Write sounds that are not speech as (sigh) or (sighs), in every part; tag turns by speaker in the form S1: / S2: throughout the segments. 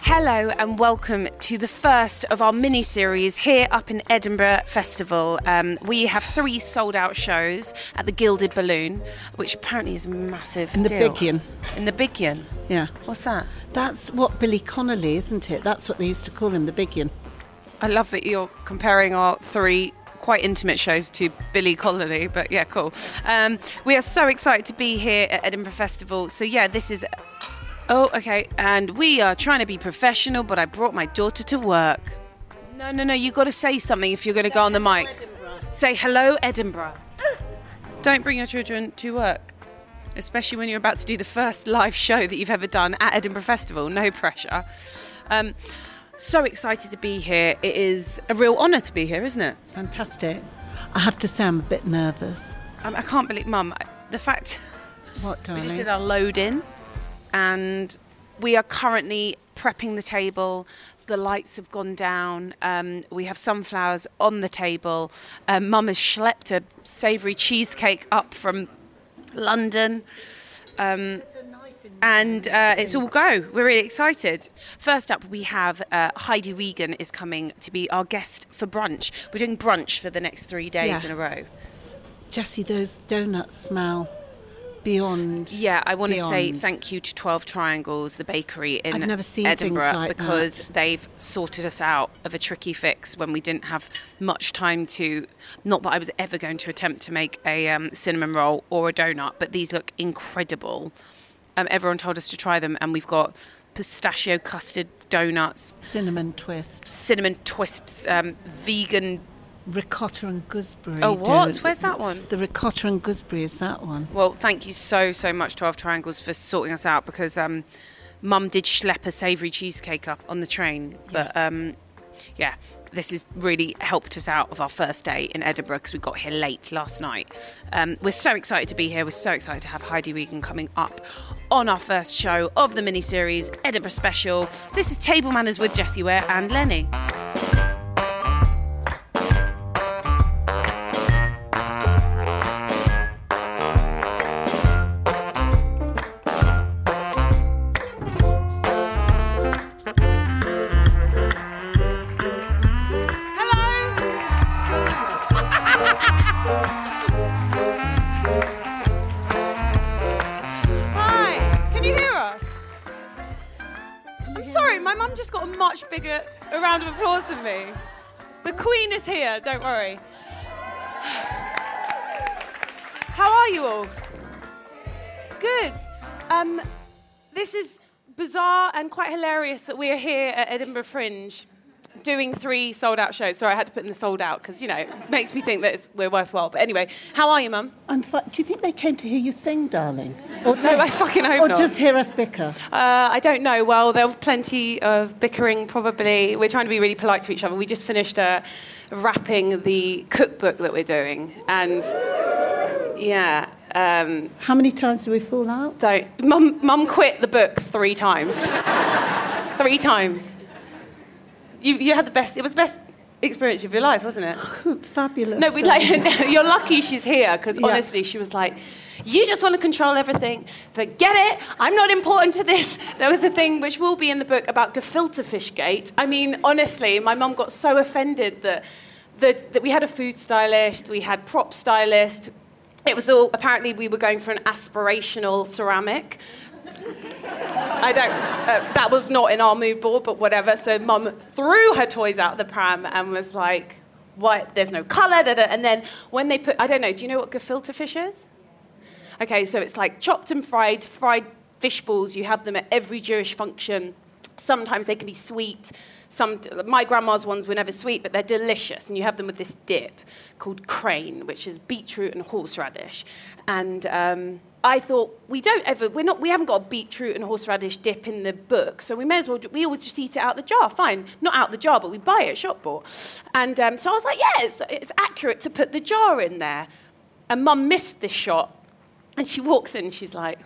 S1: Hello and welcome to the first of our mini series here up in Edinburgh Festival. Um, we have three sold out shows at the Gilded Balloon, which apparently is a massive.
S2: In the
S1: deal.
S2: Big Yin.
S1: In the Big Yin.
S2: Yeah.
S1: What's that?
S2: That's what Billy Connolly, isn't it? That's what they used to call him, the bigian.
S1: I love that you're comparing our three quite intimate shows to Billy Colony, but yeah, cool. Um, we are so excited to be here at Edinburgh Festival. So yeah, this is. Oh, okay. And we are trying to be professional, but I brought my daughter to work. No, no, no. You got to say something if you're going to go on the mic. Say hello, Edinburgh. Don't bring your children to work, especially when you're about to do the first live show that you've ever done at Edinburgh Festival. No pressure. Um, so excited to be here. It is a real honour to be here, isn't it?
S2: It's fantastic. I have to say, I'm a bit nervous.
S1: Um, I can't believe, Mum, I- the fact
S2: What,
S1: we
S2: darling?
S1: just did our load in and we are currently prepping the table. The lights have gone down. Um, we have sunflowers on the table. Um, Mum has schlepped a savoury cheesecake up from London. Um, and uh, it's all go. We're really excited. First up, we have uh, Heidi Regan is coming to be our guest for brunch. We're doing brunch for the next three days
S2: Yeah.
S1: in a row.
S2: Jessie, those donuts smell beyond.
S1: Yeah, I want to say
S2: beyond.
S1: thank you to Twelve Triangles, the bakery in
S2: I've never seen things
S1: Edinburgh,
S2: like that.
S1: because they've sorted us out of a tricky fix when we didn't have much time to. Not that I was ever going to attempt to make a um, cinnamon roll or a donut, but these look incredible. Um, everyone told us to try them, and we've got pistachio custard donuts,
S2: Cinnamon twist,
S1: cinnamon twists, um, vegan.
S2: ricotta and gooseberry.
S1: Oh, what?
S2: donut.
S1: Where's that one?
S2: The ricotta and gooseberry is that one.
S1: Well, thank you so so much, Twelve Triangles, for sorting us out because um, Mum did schlep a savoury cheesecake up on the train, but um, yeah, this has really helped us out of our first day in Edinburgh because we got here late last night. Um, we're so excited to be here. We're so excited to have Heidi Regan coming up on our first show of the mini series Edinburgh Special. This is Table Manners with Jessie Ware and Lenny.
S3: Hi, can you hear us? I'm sorry, my mum just got a much bigger a round of applause than me. The Queen is here, don't worry. (sighs) How are you all? Good. Um, this is bizarre and quite hilarious that we are here at Edinburgh Fringe doing three sold out shows. Sorry, I had to put in the sold out because, you know, it makes me think that it's, we're worthwhile. But anyway, how are you, mum?
S2: I'm fi- Do you think they came to hear you sing, darling? Or no,
S3: I fucking hope
S2: Or
S3: not.
S2: just hear us bicker?
S3: Uh, I don't know. Well, there were plenty of bickering, probably. We're trying to be really polite to each other. We just finished uh, wrapping the cookbook that we're doing. And yeah, um,
S2: How many times do we fall out?
S3: don't. Mum, mum quit the book three times. three times. You, you had the best, it was the best experience of your life, wasn't it?
S2: (laughs)
S3: (laughs)
S2: Fabulous.
S3: No, we
S2: darling.
S3: like. you're lucky she's here because
S2: Yeah.
S3: honestly, she was like, "You just want to control everything. Forget it. I'm not important to this." There was a thing which will be in the book about gefilte fish gate. I mean, honestly, my mum got so offended that that, that we had a food stylist, we had prop stylist. It was all apparently we were going for an aspirational ceramic.
S1: I don't. Uh, that was not in our mood board, but whatever. So mum threw her toys out the pram and was like, "What? There's no colour." Da, da. And then when they put, I don't know. Do you know what gefilte fish is? Okay, so it's like chopped and fried, fried fish balls. You have them at every Jewish function. Sometimes they can be sweet. Some, my grandma's ones were never sweet, but they're delicious. And you have them with this dip called crane, which is beetroot and horseradish. And um, I thought we don't ever, we're not, we haven't got a beetroot and horseradish dip in the book, so we may as well. Do, we always just eat it out the jar. Fine, not out the jar, but we buy it at shop bought. And um, so I was like, yeah, it's, it's accurate to put the jar in there. And Mum missed this shot, and she walks in and she's like,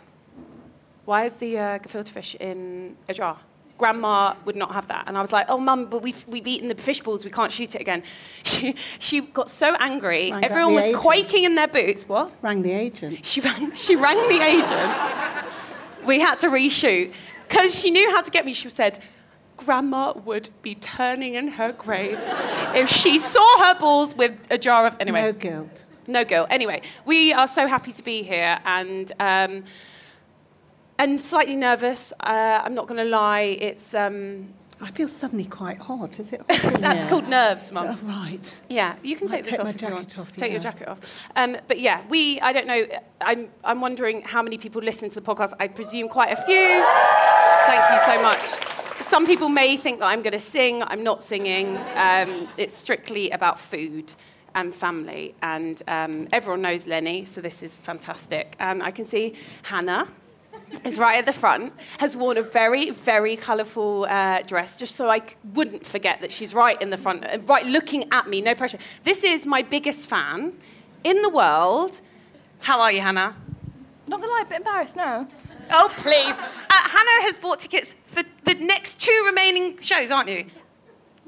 S1: why is the uh, gefilte fish in a jar? Grandma would not have that. And I was like, oh, mum, but we've, we've eaten the fish balls, we can't shoot it again. (laughs) She, she got so angry,
S2: Rang up
S1: everyone
S2: the
S1: was
S2: agent.
S1: quaking in their boots. What?
S2: Rang the agent.
S1: She rang, (laughs) she rang the agent. We had to reshoot because she knew how to get me. She said, Grandma would be turning in her grave if she saw her balls with a jar of. Anyway.
S2: No guilt.
S1: No girl. Anyway, we are so happy to be here and um, and slightly nervous. Uh, I'm not going to lie. It's um,
S2: I feel suddenly quite hot. Is it? (laughs)
S1: that's called nerves,
S2: Oh,
S1: mum.
S2: right.
S1: Yeah, you can take,
S2: take
S1: this off
S2: my
S1: if you want.
S2: jacket off,
S1: take your
S2: yeah.
S1: jacket off. Um, but yeah, we. I don't know. I'm. I'm wondering how many people listen to the podcast. I presume quite a few. Thank you so much. Some people may think that I'm going to sing. I'm not singing. Um, it's strictly about food and family. And um, everyone knows Lenny, so this is fantastic. And I can see Hannah is right at the front, has worn a very, very colourful uh, dress, just so I c- wouldn't forget that she's right in the front, uh, right looking at me, no pressure. This is my biggest fan in the world. How are you, Hannah?
S4: Not gonna lie, a bit embarrassed now.
S1: Oh, please. Uh, Hannah has bought tickets for the next two remaining shows, aren't you?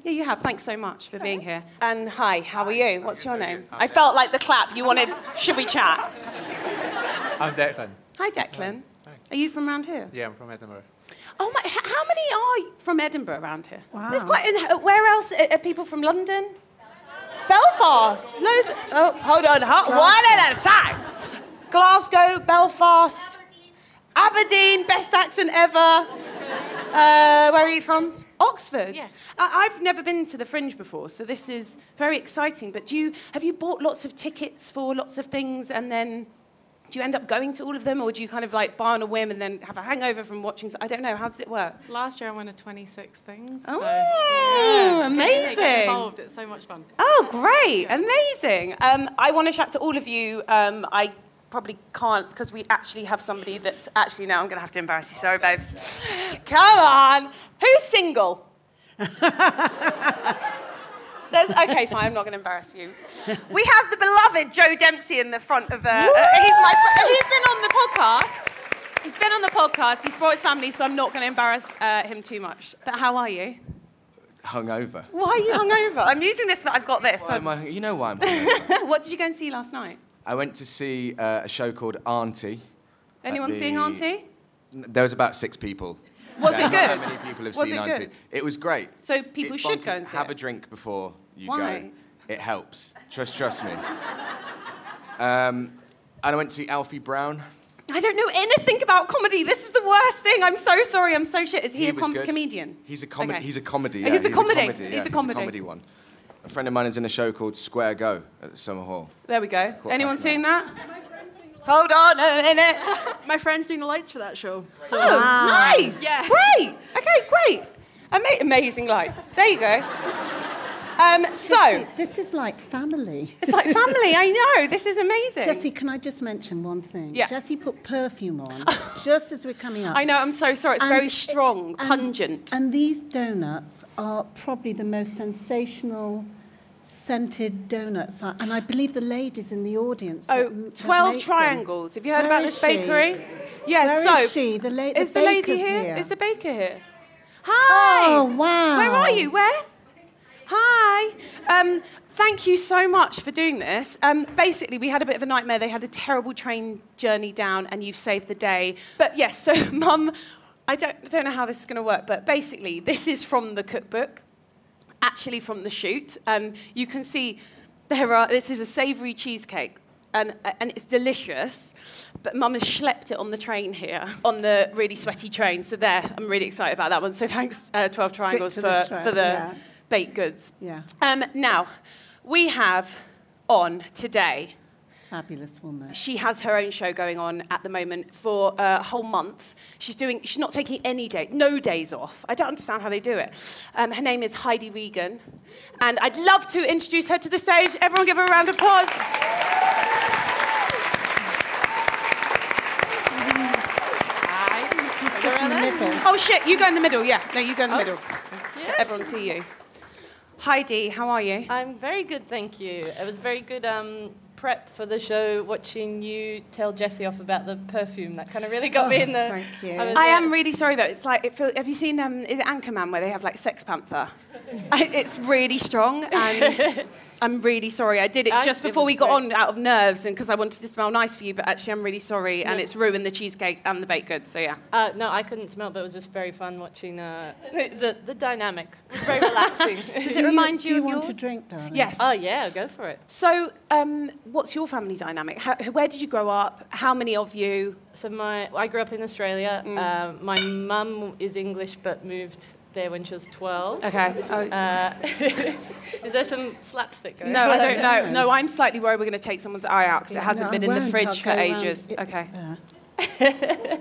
S1: Yeah, you have. Thanks so much for being here. And hi, how are you? What's your name? I felt like the clap. You wanted, should we chat?
S5: I'm Declan.
S1: Hi, Declan. Are you from around here?
S5: Yeah, I'm from Edinburgh.
S1: Oh my! h- How many are y- from Edinburgh around here? Wow. There's quite. an- uh, Where else are, are people from? London, Belfast. Loads. Oh, hold on. ho- One at a time. Glasgow, Belfast, Aberdeen. Best accent ever. Uh, where are you from? Oxford. Yeah. I, I've never been to the Fringe before, so this is very exciting. But do you have you bought lots of tickets for lots of things and then? Do you end up going to all of them, or do you kind of like buy on a whim and then have a hangover from watching? I don't know. How does it work?
S6: Last year I won a 26 things.
S1: Oh,
S6: so, yeah. Get-
S1: amazing.
S6: Get involved. It's so much fun.
S1: Oh, great! Amazing. Um, I want to chat to all of you. Um, I probably can't because we actually have somebody that's actually now. I'm going to have to embarrass you. Sorry, babes. Come on. Who's (laughs) single? There's, okay, fine. I'm not going to embarrass you. We have the beloved Joe Dempsey in the front of. Uh, uh, he's my. Fr- he's been on the podcast. He's been on the podcast. He's brought his family, so I'm not going to embarrass uh, him too much. But how are you?
S5: Hungover.
S1: Why are you hungover? I'm using this, but I've got this.
S5: Why am I, hung- you know why I'm hungover?
S1: What did you go and see last night?
S5: (laughs) I went to see uh, a show called Auntie. at
S1: Anyone
S5: the-
S1: seeing Auntie?
S5: N- There was about six people.
S1: Was
S5: Yeah,
S1: it
S5: not
S1: good?
S5: that many people have
S1: Was
S5: seen
S1: it
S5: Auntie.
S1: good?
S5: It was great.
S1: So people
S5: It's
S1: should go
S5: bonkers.
S1: and see
S5: Have
S1: it?
S5: a drink before you
S1: Why?
S5: go. It helps. Trust, trust me. Um, and I went to see Alfie Brown.
S1: I don't know anything about comedy. This is the worst thing. I'm so sorry. I'm so shit. Is he, a
S5: was
S1: com-
S5: good.
S1: comedian?
S5: He's a comedy.
S1: Okay.
S5: He's a comedy.
S1: Oh,
S5: yeah,
S1: he's, a comedy.
S5: yeah,
S1: he's a comedy.
S5: He's a comedy one. A friend of mine is in a show called Square Go at Summer Hall.
S1: There we go.
S5: Cool,
S1: Anyone
S5: that's
S1: seeing that? Hold on a minute.
S4: (laughs) My friend's doing the lights for that show. So uh,
S1: Oh, nice.
S4: Yeah.
S1: Great. Okay, great. Ama- amazing lights. There you go. Um, so,
S2: This is like family.
S1: it's like family. I know. This is amazing.
S2: Jesse, can I just mention one thing?
S1: Yeah.
S2: Jesse put
S1: (laughs)
S2: perfume on just as we're coming up.
S1: I know. I'm so sorry. It's
S2: And
S1: very
S2: it-
S1: strong,
S2: and-
S1: pungent.
S2: And these donuts are probably the most sensational scented donuts. I- And I believe the ladies in the audience. that m-
S1: Oh,
S2: that
S1: 12
S2: makes them-
S1: triangles. Have you heard
S2: Where
S1: about
S2: is
S1: this
S2: she?
S1: bakery? Yeah,
S2: Where is
S1: so.
S2: she? The la- the
S1: is the lady
S2: baker's
S1: here?
S2: here.
S1: Is the baker here? Hi!
S2: Oh, wow.
S1: Where are you? Where? Hi! Um, thank you so much for doing this. Um, basically, we had a bit of a nightmare. They had a terrible train journey down, and you've saved the day. But yes, so, (laughs) mum, I don't, I don't know how this is going to work, but basically, this is from the cookbook actually from the shoot. Um, you can see there are. This is a savoury cheesecake, and and it's delicious. but Mum has schlepped it on the train here, on the really sweaty train. So there, I'm really excited about that one. So thanks, uh, 12 Triangles,
S2: to
S1: for,
S2: the strap,
S1: for the
S2: yeah.
S1: baked goods.
S2: Yeah.
S1: Um, now, we have on today
S2: Fabulous woman.
S1: she has her own show going on at the moment for a whole month. She's doing. She's not taking any day, no days off. I don't understand how they do it. Um, her name is Heidi Regan, and I'd love to introduce her to the stage. Everyone, give her a round of applause. Oh shit! You go in the middle. Yeah, no, you go in the middle. Everyone see you. Heidi, how are you?
S6: I'm very good, thank you. It was very good um, prep for the show, watching you tell Jessie off about the perfume. That kind of really got me in the.
S2: Thank you.
S6: I was
S1: I
S6: like-
S1: am really sorry though. It's like it feel, have you seen um, is it Anchorman where they have like Sex (laughs) Panther? I, it's really strong, (laughs) and I'm really sorry. I did it
S6: I-
S1: just
S6: it
S1: before we
S6: was
S1: got on
S6: great.
S1: out of nerves, and because I wanted to smell nice for you. But actually, I'm really sorry, and it's ruined the cheesecake and the baked goods. So yeah,
S6: Uh, no, I couldn't smell, but it was just very fun watching uh, (laughs) the, the dynamic. It was very (laughs) relaxing.
S1: does
S2: Do
S1: it remind you,
S2: do you
S1: of
S2: want
S1: yours?
S2: a drink, darling?
S1: Yes.
S6: oh, yeah, go for it.
S1: so, um, what's your family dynamic? How, where did you grow up? How many of you?
S6: So my, I grew up in Australia. Um my mum is English, but moved there when she was 12.
S1: Okay. Oh, (laughs)
S6: Uh, is there some slapstick going
S1: no,
S6: on?
S1: I don't know. No, I'm slightly worried we're going to take someone's eye out because it hasn't
S2: No,
S1: been
S2: I
S1: in the
S2: won't.
S1: fridge for
S2: I'll go round
S1: ages.
S2: it
S1: Okay.
S2: there.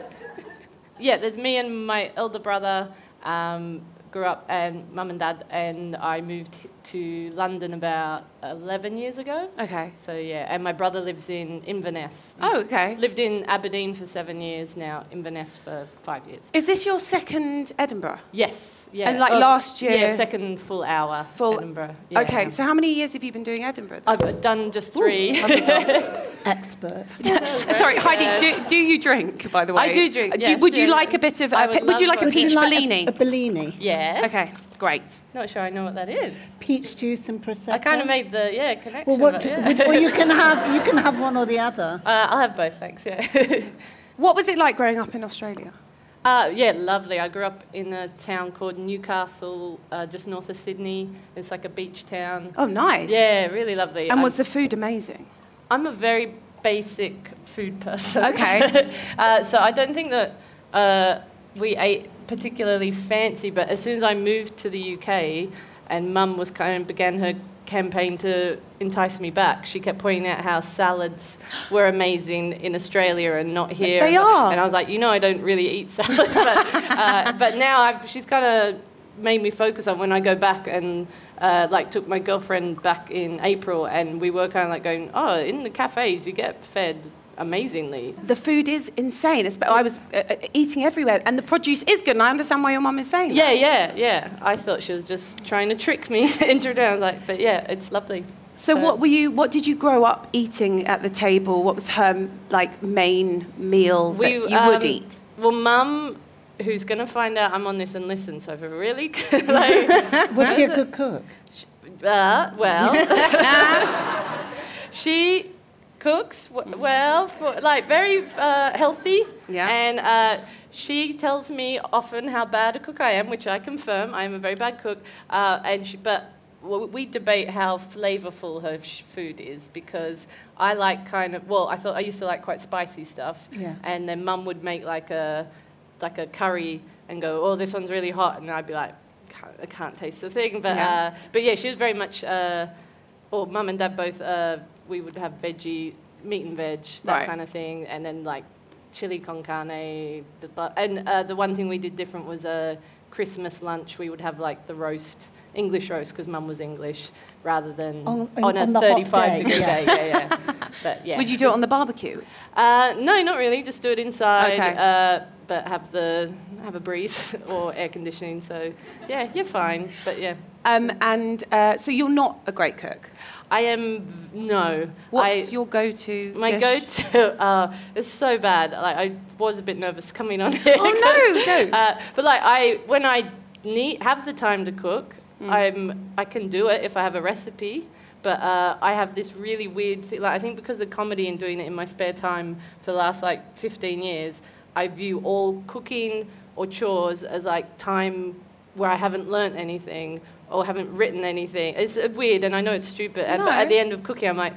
S6: Yeah, there's me and my elder brother. Um, grew up and mum and dad, and I moved to London about 11 years ago.
S1: Okay.
S6: So yeah, and my brother lives in Inverness.
S1: Oh, okay.
S6: Lived in Aberdeen for seven years now, Inverness for five years.
S1: Is this your second Edinburgh?
S6: Yes, yeah.
S1: And, like, last year-
S6: yeah, second full hour,
S1: Full-
S6: Edinburgh. Yeah.
S1: Okay, so how many years have you been doing Edinburgh?
S6: I've done just three. (laughs)
S2: Expert.
S1: (laughs) Sorry, Heidi, do, do you drink, by the way?
S6: I do drink,
S1: Uh,
S6: yes,
S1: would you
S6: yeah.
S1: like a bit of,
S6: I
S1: uh,
S6: would
S1: pe- would you
S6: love
S1: like a
S6: one.
S1: peach
S2: Would you like
S1: Bellini?
S2: A, a Bellini.
S6: yes.
S1: okay, great.
S6: Not sure I know what that is.
S2: Peach juice and prosecco.
S6: I kind of made the yeah connection.
S2: Well, what?
S6: but,
S2: do-
S6: yeah.
S2: would- well, you can have you can have one or the other.
S6: (laughs) Uh, I'll have both, thanks. Yeah. (laughs)
S1: What was it like growing up in Australia?
S6: Uh, yeah, lovely. I grew up in a town called Newcastle, uh, just north of Sydney. It's like a beach town.
S1: Oh, nice.
S6: Yeah, really lovely.
S1: And
S6: I'm,
S1: was the food amazing?
S6: I'm a very basic food person.
S1: Okay.
S6: (laughs) uh, so I don't think that uh, we ate particularly fancy, but as soon as I moved to the UK and mum was kind of began her campaign to entice me back, she kept pointing out how salads were amazing in Australia and not here.
S1: They
S6: And-
S1: are.
S6: And I was like, you know, I don't really eat salad, (laughs) but, uh, but now I've, she's kind of made me focus on when I go back and uh, like took my girlfriend back in April and we were kind of like going, oh, in the cafes you get fed amazingly.
S1: The food is insane. It's, I was uh, uh, eating everywhere, and the produce is good, and I understand why your mum is saying that.
S6: Yeah, yeah, yeah. I thought she was just trying to trick me (laughs) into down like, but yeah, it's lovely.
S1: So, what were you? What did you grow up eating at the table? What was her like main meal that you would
S6: um,
S1: eat?
S6: Well, mum, who's gonna find out I'm on this and listen, so I've really (laughs) good, like,
S2: Was she a good cook?
S6: uh, well, (laughs) she cooks w- well, for, like very uh, healthy,
S1: Yeah.
S6: and. Uh, she tells me often how bad a cook I am, which I confirm. I am a very bad cook, uh, and she, but w- we debate how flavorful her sh- food is because I like kind of well, I thought I used to like quite spicy stuff,
S2: Yeah.
S6: and then Mum would make like a like a curry and go, oh, this one's really hot, and I'd be like, can't, I can't taste the thing, but
S1: Yeah.
S6: uh, but yeah, she was very much. Uh, or mum and dad both. Uh, we would have veggie, meat and veg, that
S1: Right.
S6: kind of thing, and then like chili con carne. But, but, and uh, the one thing we did different was a Christmas lunch. We would have like the roast, English roast, because mum was English, rather than
S2: On-
S6: on,
S2: on-
S6: a
S2: on the hot
S6: 35
S2: day,
S6: degree
S2: yeah.
S6: day. Yeah, yeah. but yeah.
S1: Would you do it on the barbecue?
S6: Uh, no, not really. Just do it inside.
S1: Okay.
S6: Uh, but have the have a breeze (laughs) or air conditioning. So yeah, you're fine. But yeah.
S1: Um, and uh, so you're not a great cook.
S6: I am no.
S1: What's
S6: I,
S1: your go-to?
S6: My
S1: dish?
S6: go-to (laughs) uh, is so bad. Like I was a bit nervous coming on here.
S1: Oh,
S6: (laughs)
S1: no, no.
S6: Uh, but like I, when I need have the time to cook,
S7: Mm.
S6: I'm I can do it if I have a recipe. But uh, I have this really weird thing. Like I think because of comedy and doing it in my spare time for the last like 15 years, I view all cooking or chores as like time where I haven't learnt anything or haven't written anything. It's uh, weird, and I know it's stupid. and- But
S1: No.
S6: at the end of cooking, I'm like,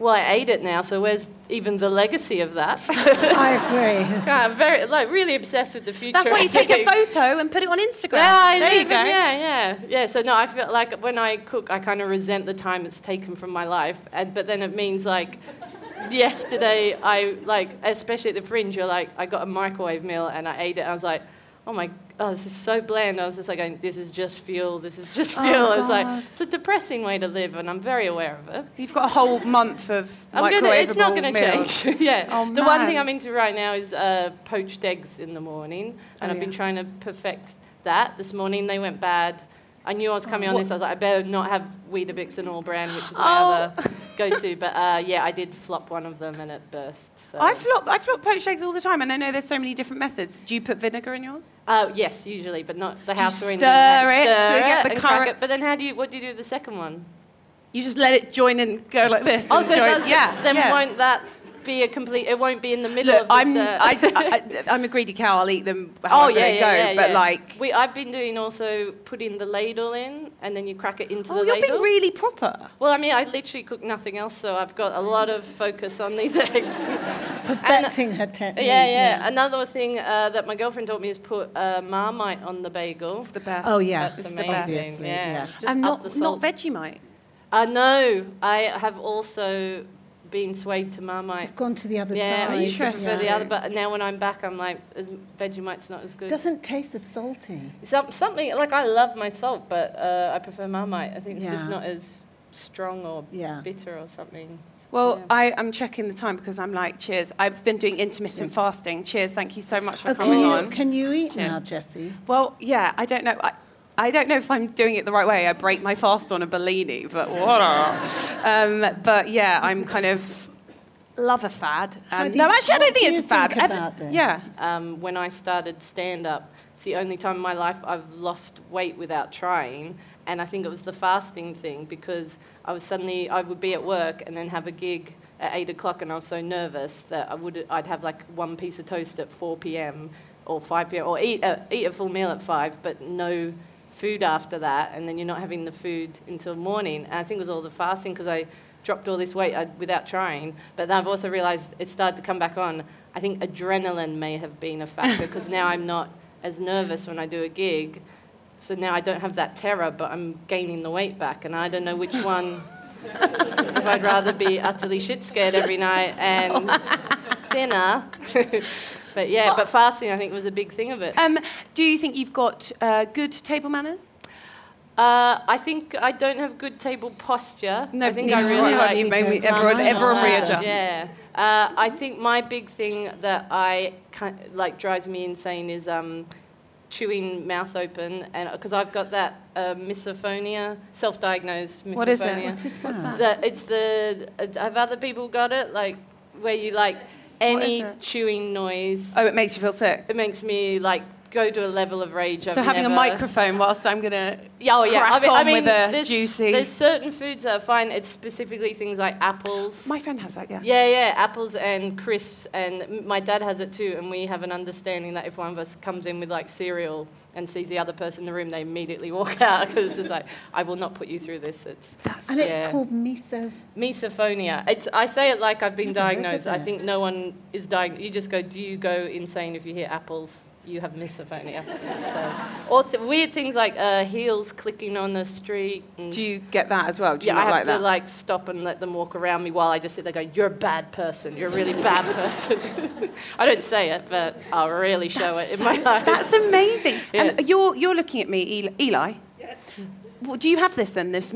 S6: well, I ate it now, so where's even the legacy of that? (laughs)
S2: I agree.
S6: God, I'm very, like, really obsessed with the future.
S7: That's why you take a
S6: photo.
S7: photo and put it on Instagram.
S6: Yeah, I
S7: there you
S6: do,
S7: go.
S6: but Yeah, yeah, yeah. So no, I feel like when I cook, I kind of resent the time it's taken from my life, and but then it means like. Yesterday, I like, especially at the fringe, you're like, I got a microwave meal and I ate it. I was like, oh my, oh, this is so bland. I was just like, going, this is just fuel, this is just
S1: Oh,
S6: fuel. it's like,
S1: God.
S6: it's a depressing way to live, and I'm very aware of it.
S1: You've got a whole month of
S6: I'm gonna, it's not
S1: microwavable
S6: going to
S1: meals.
S6: change. (laughs) yeah.
S1: Oh,
S6: the one thing
S1: man.
S6: I'm into right now is uh, poached eggs in the morning, and
S1: Oh,
S6: I've been
S1: yeah.
S6: trying to perfect that. This morning they went bad. I knew I was coming on
S1: what- Oh.
S6: this. I was like, I better not have Weetabix and all brand, which is my
S1: (laughs)
S6: other go-to. But uh, yeah, I did flop one of them and it burst. So.
S1: (laughs) I flop, I flop poached eggs all the time, and I know there's so many different methods. Do you put vinegar in yours?
S6: Uh, yes, usually, but not the
S1: Do you
S6: house or
S1: stir
S6: anything. like that.
S1: it
S6: Stir
S1: to get
S6: it
S1: the
S6: and crack
S1: currant-
S6: it. But then, how do you? What do you do with the second one?
S1: You just let it join and go like this.
S6: Oh,
S1: and
S6: so it
S1: join-
S6: does-
S1: yeah.
S6: Then
S1: yeah.
S6: won't that be a complete? It won't be in the middle
S1: Look,
S6: of the
S1: I'm
S6: stir.
S1: I, I, I, am a greedy cow. I'll eat
S6: (laughs)
S1: them
S6: Oh,
S1: however they go. but like,
S6: we, I've been doing also putting the ladle in, and then you crack it into
S1: oh,
S6: the
S1: you're
S6: ladle.
S1: being really proper.
S6: well, I mean, I literally cook nothing else, so I've got a lot of focus on these (laughs) eggs.
S2: Perfecting her technique.
S6: uh, Yeah, yeah. Another thing uh, that my girlfriend taught me is put uh, Marmite on the bagel. It's
S1: the best.
S2: Oh, yeah.
S6: That's
S2: It's the
S6: amazing.
S2: best. Obviously,
S6: yeah.
S2: yeah.
S6: Just
S7: and
S6: up
S7: not,
S6: the
S7: not
S6: salt.
S7: Vegemite.
S6: uh, no, I have also been swayed to Marmite.
S2: I've gone to the other
S6: Yeah, I
S2: side.
S6: used to prefer the
S2: yeah.
S6: other, but now when I'm back, I'm like, uh, Vegemite's not as good.
S2: Doesn't taste as salty.
S6: Some, something like I love my salt, but uh, I prefer Marmite. I think it's just
S2: Yeah.
S6: not as strong or
S2: Yeah.
S6: bitter or something.
S1: Well, I, I'm checking the time because I'm like, cheers. I've been doing intermittent fasting. Cheers. Thank you so much for
S2: Oh, can
S1: coming
S2: you,
S1: on.
S2: can you eat now,
S1: Cheers.
S2: Jessie?
S1: Well, yeah, I don't know. I, I don't know if I'm doing it the right way. I break my fast on a Bellini, but what? a- Um, but yeah, I'm kind of love a fad. Um,
S2: do
S1: no,
S2: you-
S1: actually, I
S2: what
S1: don't think
S2: do
S1: it's
S2: you
S1: a fad.
S2: think
S1: I've-
S2: about this?
S1: Yeah,
S6: Um, when I started stand up, it's the only time in my life I've lost weight without trying. And I think it was the fasting thing because I was suddenly, I would be at work and then have a gig at eight o'clock and I was so nervous that I would, I'd have like one piece of toast at 4 p.m. or 5 p.m. or eat a, eat a full meal at five, but no food after that, and then you're not having the food until morning. And I think it was all the fasting because I dropped all this weight uh, without trying. But then I've also realised it started to come back on. I think adrenaline may have been a factor because now I'm not as nervous when I do a gig. So now I don't have that terror, but I'm gaining the weight back, and I don't know which one. if I'd rather be utterly shit scared every night and thinner. (laughs) but yeah, but fasting I think was a big thing of it.
S1: Um, do you think you've got uh, good table manners?
S6: Uh, I think I don't have good table posture.
S1: No,
S6: I think
S1: neither
S6: I
S1: do
S6: really
S1: I. You
S6: like
S1: made me-
S6: to stand
S1: everyone-
S6: up.
S1: everyone readjusts.
S6: Yeah. Uh, I think my big thing that I kind like drives me insane is um, chewing mouth open, and because I've got that uh, misophonia, self-diagnosed misophonia.
S1: What is it? What
S2: is What's that?
S6: The, it's the uh, have other people got it like where you like any
S1: it?
S6: chewing noise.
S1: Oh, it makes you feel sick.
S6: It makes me like go to a level of rage.
S1: so
S6: I've
S1: having a
S6: never-
S1: microphone whilst I'm gonna
S6: yeah, oh, yeah. I
S1: crack
S6: mean,
S1: on
S6: I mean
S1: with a
S6: there's,
S1: juicy.
S6: There's certain foods that are fine. It's specifically things like apples.
S1: My friend has that, yeah.
S6: yeah, yeah, apples and crisps, and m- my dad has it too. And we have an understanding that if one of us comes in with like cereal and sees the other person in the room, they immediately walk (laughs) out because it's like, I will not put you through this. It's
S2: And
S6: yeah.
S2: it's called miso.
S6: misophonia. It's I say it like I've been
S2: Never heard of
S6: diagnosed. I
S2: it.
S6: think no one is diagnosed. You just go. Do you go insane if you hear apples? You have misophonia. (laughs) so, or th- weird things like uh, heels clicking on the street. And
S1: Do you get that as well? Do you
S6: yeah, I
S1: not
S6: have
S1: like
S6: to
S1: that?
S6: like stop and let them walk around me while I just sit there going, "You're a bad person. You're a really bad (laughs) person." I don't say it, but I'll really show it in my eyes.
S1: That's amazing.
S6: Yeah.
S1: And you're you're looking at me, Eli. Eli. Well, do you have this then? This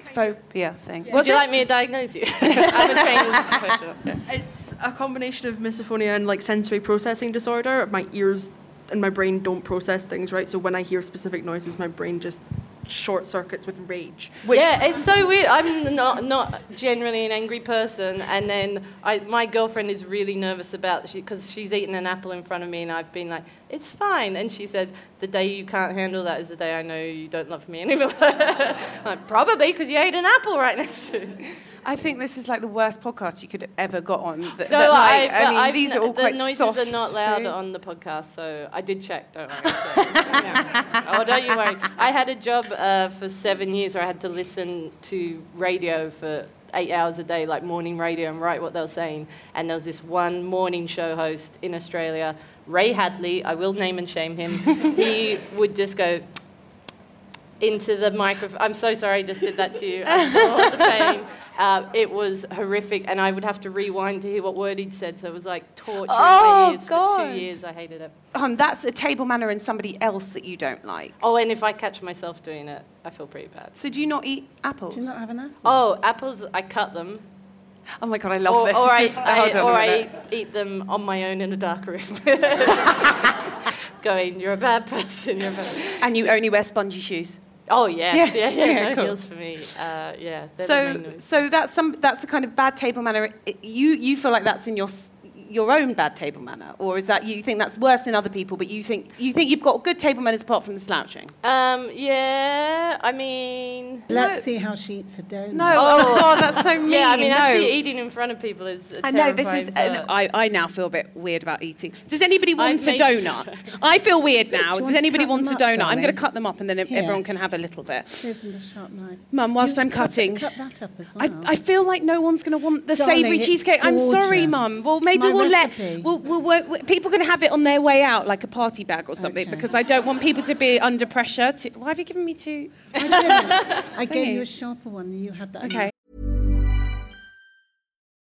S1: misophobia thing?
S6: (laughs) Would you like me to diagnose you? (laughs) I'm a trained professional.
S8: It's a combination of misophonia and like sensory processing disorder. My ears and my brain don't process things right, so when I hear specific noises, my brain just short circuits with rage.
S6: yeah, it's so weird. I'm not not generally an angry person, and then I, my girlfriend is really nervous about because she's eaten an apple in front of me, and I've been like, "It's fine," and she says, "The day you can't handle that is the day I know you don't love me anymore." (laughs) I'm like, Probably because you ate an apple right next to. me.
S1: I think this is like the worst podcast you could ever got on. Th- that,
S6: No,
S1: like,
S6: I,
S1: I, mean,
S6: I've
S1: these
S6: n-
S1: are all
S6: the
S1: quite
S6: noises
S1: soft.
S6: are not loud
S1: food.
S6: on the podcast, so I did check. Don't worry. So,
S1: (laughs)
S6: yeah. Oh, don't you worry. I had a job uh, for seven years where I had to listen to radio for eight hours a day, like morning radio, and write what they were saying. And there was this one morning show host in Australia, Ray Hadley. I will name and
S1: (laughs)
S6: shame him. he would just go into the microphone. I'm so sorry, I just did that to you. I'm so the
S1: (laughs)
S6: pain. Uh, it was horrific, and I would have to rewind to hear what word he'd said. So it was like torture in
S1: Oh,
S6: my ears for
S1: God.
S6: two years. I hated it.
S1: Um, that's a table manner in somebody else that you don't like.
S6: Oh, and if I catch myself doing it, I feel pretty bad.
S1: So do you not eat apples?
S2: Do you not have an apple?
S8: Uh,
S6: Oh, apples! I cut them.
S1: Oh my god, I love
S6: or,
S1: this.
S6: Or I,
S1: This is-
S6: I-
S1: hold on a
S6: or I
S1: minute.
S6: eat them on my own in a
S1: (laughs)
S6: dark room. (laughs) Going, you're a bad person. You're a
S1: (laughs)
S6: bad person.
S1: And you only wear spongy shoes.
S6: Oh yes,
S1: Yeah,
S6: yeah, yeah,
S1: yeah,
S6: no
S1: cool.
S6: deals for me. Uh, yeah. they're the main
S1: So,
S6: ones.
S1: so that's some. That's the kind of bad table manner. It- You you feel like that's in your s- your own bad table manner, or is that you think that's worse in other people? But you think you think you've got good table manners apart from the slouching.
S6: Um, yeah, I mean.
S2: Let's see how she eats a donut.
S1: No, oh god, that's (laughs) so mean.
S6: Yeah, I mean,
S1: no.
S6: actually, eating in front of people is. a
S1: I know this is.
S6: terrifying
S1: Uh,
S6: thought.
S1: I, I now feel a bit weird about eating. Does anybody
S6: I've
S1: want a
S6: made-
S2: (laughs)
S1: donut? I feel weird now.
S2: Do you
S1: Does
S2: want to
S1: anybody
S2: cut
S1: want a
S2: them
S1: donut?
S2: up,
S1: I'm going
S2: darling?
S1: to cut them up and then ev-
S2: Here.
S1: everyone can have a little bit.
S2: Here's a sharp knife.
S1: Mum, whilst
S2: You
S1: I'm
S2: cut-
S1: cutting,
S2: Cut that up as
S1: I,
S2: well.
S1: I feel like no one's going to want the
S2: Darling,
S1: savoury
S2: it's
S1: cheesecake. I'm sorry,
S2: gorgeous.
S1: Mum. Well, maybe
S2: My
S1: we'll
S2: recipe.
S1: let we'll, we'll, work- we people can have it on their way out, like a party bag or something,
S2: Okay.
S1: because I don't want people to be under pressure. To, why have you given me two?
S2: I gave
S1: you.
S2: you a sharper one and you had that.
S1: Okay.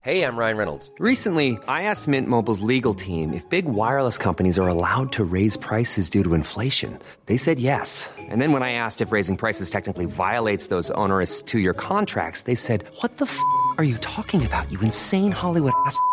S7: Hey, I'm Ryan Reynolds. Recently, I asked Mint Mobile's legal team if big wireless companies are allowed to raise prices due to inflation. They said yes. And then when I asked if raising prices technically violates those onerous two year contracts, they said, What the f are you talking about, you insane Hollywood ass? f-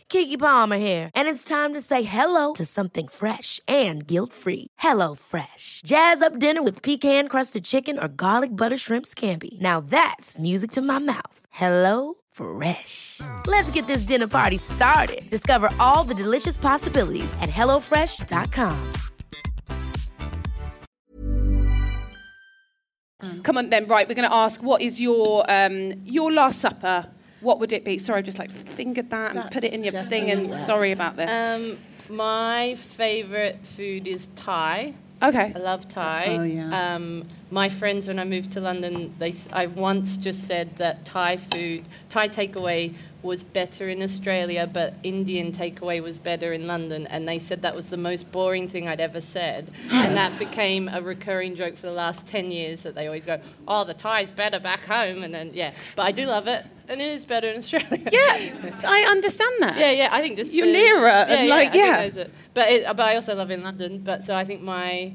S9: Kiki Palmer here, and it's time to say hello to something fresh and guilt-free. Hello Fresh. Jazz up dinner with pecan-crusted chicken or garlic butter shrimp scampi. Now that's music to my mouth. Hello Fresh. Let's get this dinner party started. Discover all the delicious possibilities at hellofresh.com.
S1: Come on, then. Right, we're going to ask what is your um, your last supper? What would it be? Sorry, I just like fingered that and put it in your
S2: That's
S1: thing.
S2: just
S1: And
S2: a-
S1: sorry about this.
S6: Um, my favorite food is Thai.
S1: Um, okay.
S6: I love Thai.
S2: Oh, yeah.
S6: Um, my friends, when I moved to London, they s- I once just said that Thai food, Thai takeaway was better in Australia, but Indian takeaway was better in London, and they said that was the most boring thing I'd ever said,
S2: (laughs)
S6: and that became a recurring joke for the last ten years that they always go, "Oh, the Thai's better back home," and then yeah, but I do love it, and it is better in Australia.
S1: Yeah, I understand that.
S6: Yeah, yeah. I think just
S1: You're
S6: the-
S1: nearer
S6: Yeah,
S1: and
S6: yeah,
S1: like,
S6: I think
S1: yeah.
S6: that is it. But it, but I also live in London. But so I think my